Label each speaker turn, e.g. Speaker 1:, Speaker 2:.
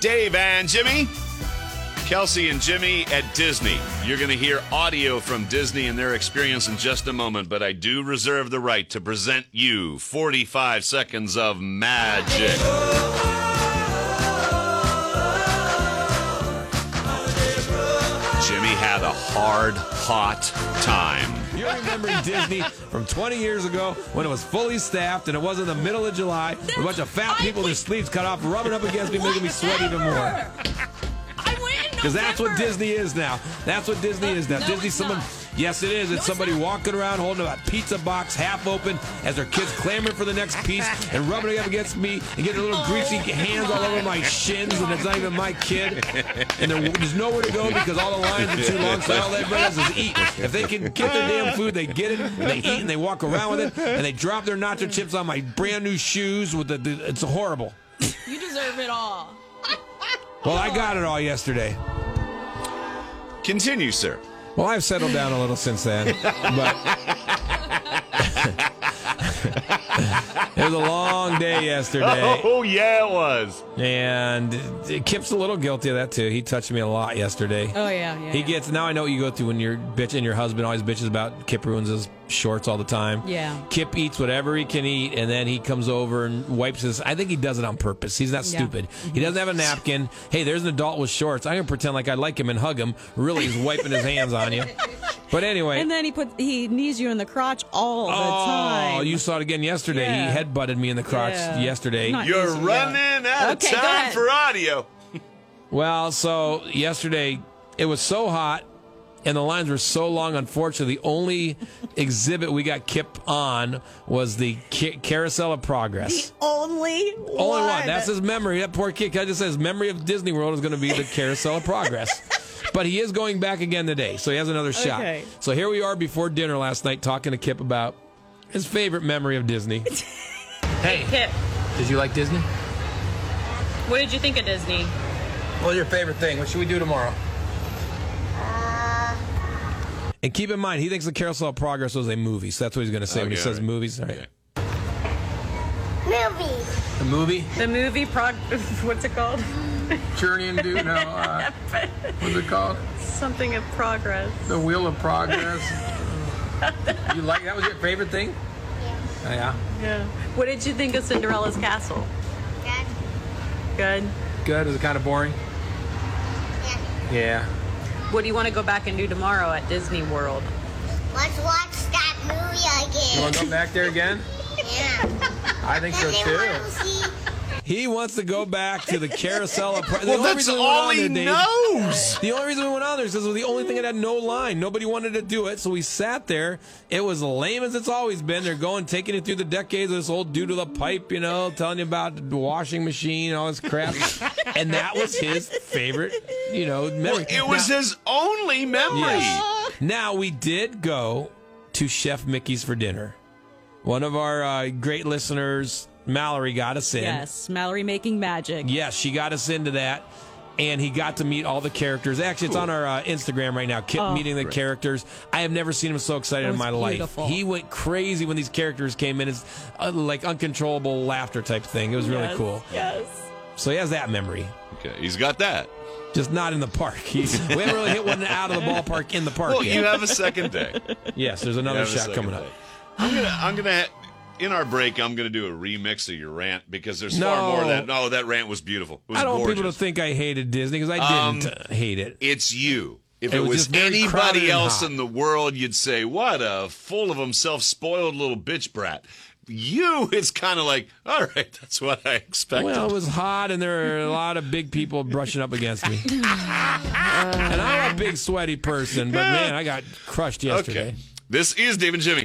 Speaker 1: Dave and Jimmy. Kelsey and Jimmy at Disney. You're going to hear audio from Disney and their experience in just a moment, but I do reserve the right to present you 45 seconds of magic. Jimmy had a hard, hot time.
Speaker 2: You're remembering Disney from 20 years ago when it was fully staffed and it was in the middle of July. with a bunch of fat people with their sleeves cut off, rubbing up against me, making me sweat even more.
Speaker 3: I went in
Speaker 2: Because that's what
Speaker 3: November.
Speaker 2: Disney is now. That's what Disney is now.
Speaker 3: Oh, no,
Speaker 2: Disney,
Speaker 3: it's
Speaker 2: someone.
Speaker 3: not.
Speaker 2: Yes, it is. It's somebody walking around holding a pizza box half open as their kids clamoring for the next piece and rubbing it up against me and getting little
Speaker 3: Oh,
Speaker 2: greasy hands all over my shins, and it's not even my kid. And there- there's nowhere to go because all the lines are too long, so all that does is eat. If they can get their damn food, they get it, and they eat, and they walk around with it, and they drop their nacho chips on my brand new shoes. With the, the It's horrible.
Speaker 3: You deserve it all.
Speaker 2: Well, I got it all yesterday.
Speaker 1: Continue, sir.
Speaker 2: Well, I've settled down a little since then, but it was a long day yesterday,
Speaker 1: Oh, yeah, it was.
Speaker 2: and Kip's a little guilty of that too. He touched me a lot yesterday.
Speaker 3: Oh yeah, yeah.
Speaker 2: He
Speaker 3: yeah.
Speaker 2: gets now. I know what you go through when your bitch and your husband always bitches about Kip ruins his shorts all the time.
Speaker 3: Yeah.
Speaker 2: Kip eats whatever he can eat, and then he comes over and wipes his. I think he does it on purpose. He's not
Speaker 3: Yeah. Mm-hmm.
Speaker 2: stupid. He doesn't have a napkin. Hey, there's an adult with shorts. I'm gonna pretend like I like him and hug him. Really, he's wiping his hands on you. But anyway,
Speaker 3: And then he put he knees you in the crotch all the
Speaker 2: oh,
Speaker 3: time.
Speaker 2: you saw it again yesterday.
Speaker 3: Yeah.
Speaker 2: He headbutted me in the crotch
Speaker 3: Yeah.
Speaker 2: yesterday.
Speaker 3: Not
Speaker 1: You're
Speaker 3: easy, yeah.
Speaker 1: running out
Speaker 3: Okay,
Speaker 1: of
Speaker 3: go
Speaker 1: time
Speaker 3: ahead.
Speaker 1: for audio.
Speaker 2: Well, so yesterday it was so hot and the lines were so long. Unfortunately, the only exhibit we got Kip on was the ca- Carousel of Progress.
Speaker 3: Only one.
Speaker 2: Only one. That's his memory. That poor kid. I just said his memory of Disney World is going to be the Carousel of Progress. But he is going back again today, so he has another shot.
Speaker 3: Okay.
Speaker 2: So here we are before dinner last night talking to Kip about his favorite memory of Disney.
Speaker 4: Kip,
Speaker 5: Did you like Disney?
Speaker 4: what did you think of Disney?
Speaker 5: What was your favorite thing? What should we do tomorrow?
Speaker 2: And keep in mind, he thinks the Carousel of Progress was a movie, so that's what he's going to say when he
Speaker 1: Okay,
Speaker 2: says
Speaker 1: all right.
Speaker 2: movies. All right.
Speaker 6: Movies.
Speaker 5: The movie?
Speaker 4: The movie prog, what's it called?
Speaker 5: Journey into? No. Uh, what's it called?
Speaker 4: Something of progress.
Speaker 5: The Wheel of Progress. you like that? Was your favorite thing? Yeah.
Speaker 4: Yeah. What did you think of Cinderella's castle?
Speaker 6: Dad.
Speaker 4: Good.
Speaker 5: yeah. Good. Was it kind of boring?
Speaker 6: Yeah.
Speaker 5: Yeah.
Speaker 4: What do you want to go back and do tomorrow at Disney World?
Speaker 6: Let's watch that
Speaker 5: You
Speaker 6: movie
Speaker 5: want to
Speaker 6: again.
Speaker 5: go back there again?
Speaker 6: yeah.
Speaker 5: I think so
Speaker 6: Then they want
Speaker 5: too.
Speaker 6: to see.
Speaker 2: He wants to go back to the carousel. Of pro- the
Speaker 1: Well,
Speaker 2: only
Speaker 1: that's
Speaker 2: reason we went
Speaker 1: all
Speaker 2: on
Speaker 1: he
Speaker 2: there, Dave-
Speaker 1: knows.
Speaker 2: The only reason we went on there is because it was the only thing that had no line. Nobody wanted to do it, so we sat there. It was lame as it's always been. They're going, taking it through the decades of this old dude with a pipe, you know, telling you about the washing machine and all this crap. and that was his favorite, you know, memory.
Speaker 1: It was
Speaker 2: Now-
Speaker 1: his only memory.
Speaker 2: Yes. Now we did go to Chef Mickey's for dinner. One of our uh, great listeners, Mallory, got us in.
Speaker 3: Yes, Mallory making magic.
Speaker 2: Yes, she got us into that. And he got to meet all the characters. Actually, it's on our uh, Instagram right now. Kip meeting the characters. I have never seen him so excited
Speaker 3: Oh. That
Speaker 2: in
Speaker 3: was
Speaker 2: my
Speaker 3: beautiful.
Speaker 2: life. He went crazy when these characters came in. It's uh, like uncontrollable laughter type thing. It was really
Speaker 3: Yes,
Speaker 2: cool.
Speaker 3: Yes.
Speaker 2: So he has that memory,
Speaker 1: Okay, he's got that.
Speaker 2: just not in the park. He's, we haven't really hit one out of the ballpark in the park
Speaker 1: Well,
Speaker 2: yet.
Speaker 1: you have a second day.
Speaker 2: yes, there's another
Speaker 1: Yeah, the
Speaker 2: shot
Speaker 1: second
Speaker 2: coming up.
Speaker 1: day. I'm gonna, I'm gonna, in our break, I'm gonna do a remix of your rant because there's
Speaker 2: No.
Speaker 1: far more than no. That rant was beautiful. It was
Speaker 2: I don't want people to
Speaker 1: gorgeous. Um,
Speaker 2: think I hated Disney because I didn't uh, hate it.
Speaker 1: it's you. If
Speaker 2: It
Speaker 1: it,
Speaker 2: was
Speaker 1: was,
Speaker 2: just very crowded
Speaker 1: anybody
Speaker 2: and
Speaker 1: else
Speaker 2: hot.
Speaker 1: in the world, you'd say, "What a full of himself, spoiled little bitch brat." you, it's kind of like, all right, that's what I expected.
Speaker 2: Well, it was hot, and there were a lot of big people brushing up against me. and I'm a big sweaty person, but man, I got crushed yesterday.
Speaker 1: okay. This is Dave and Jimmy.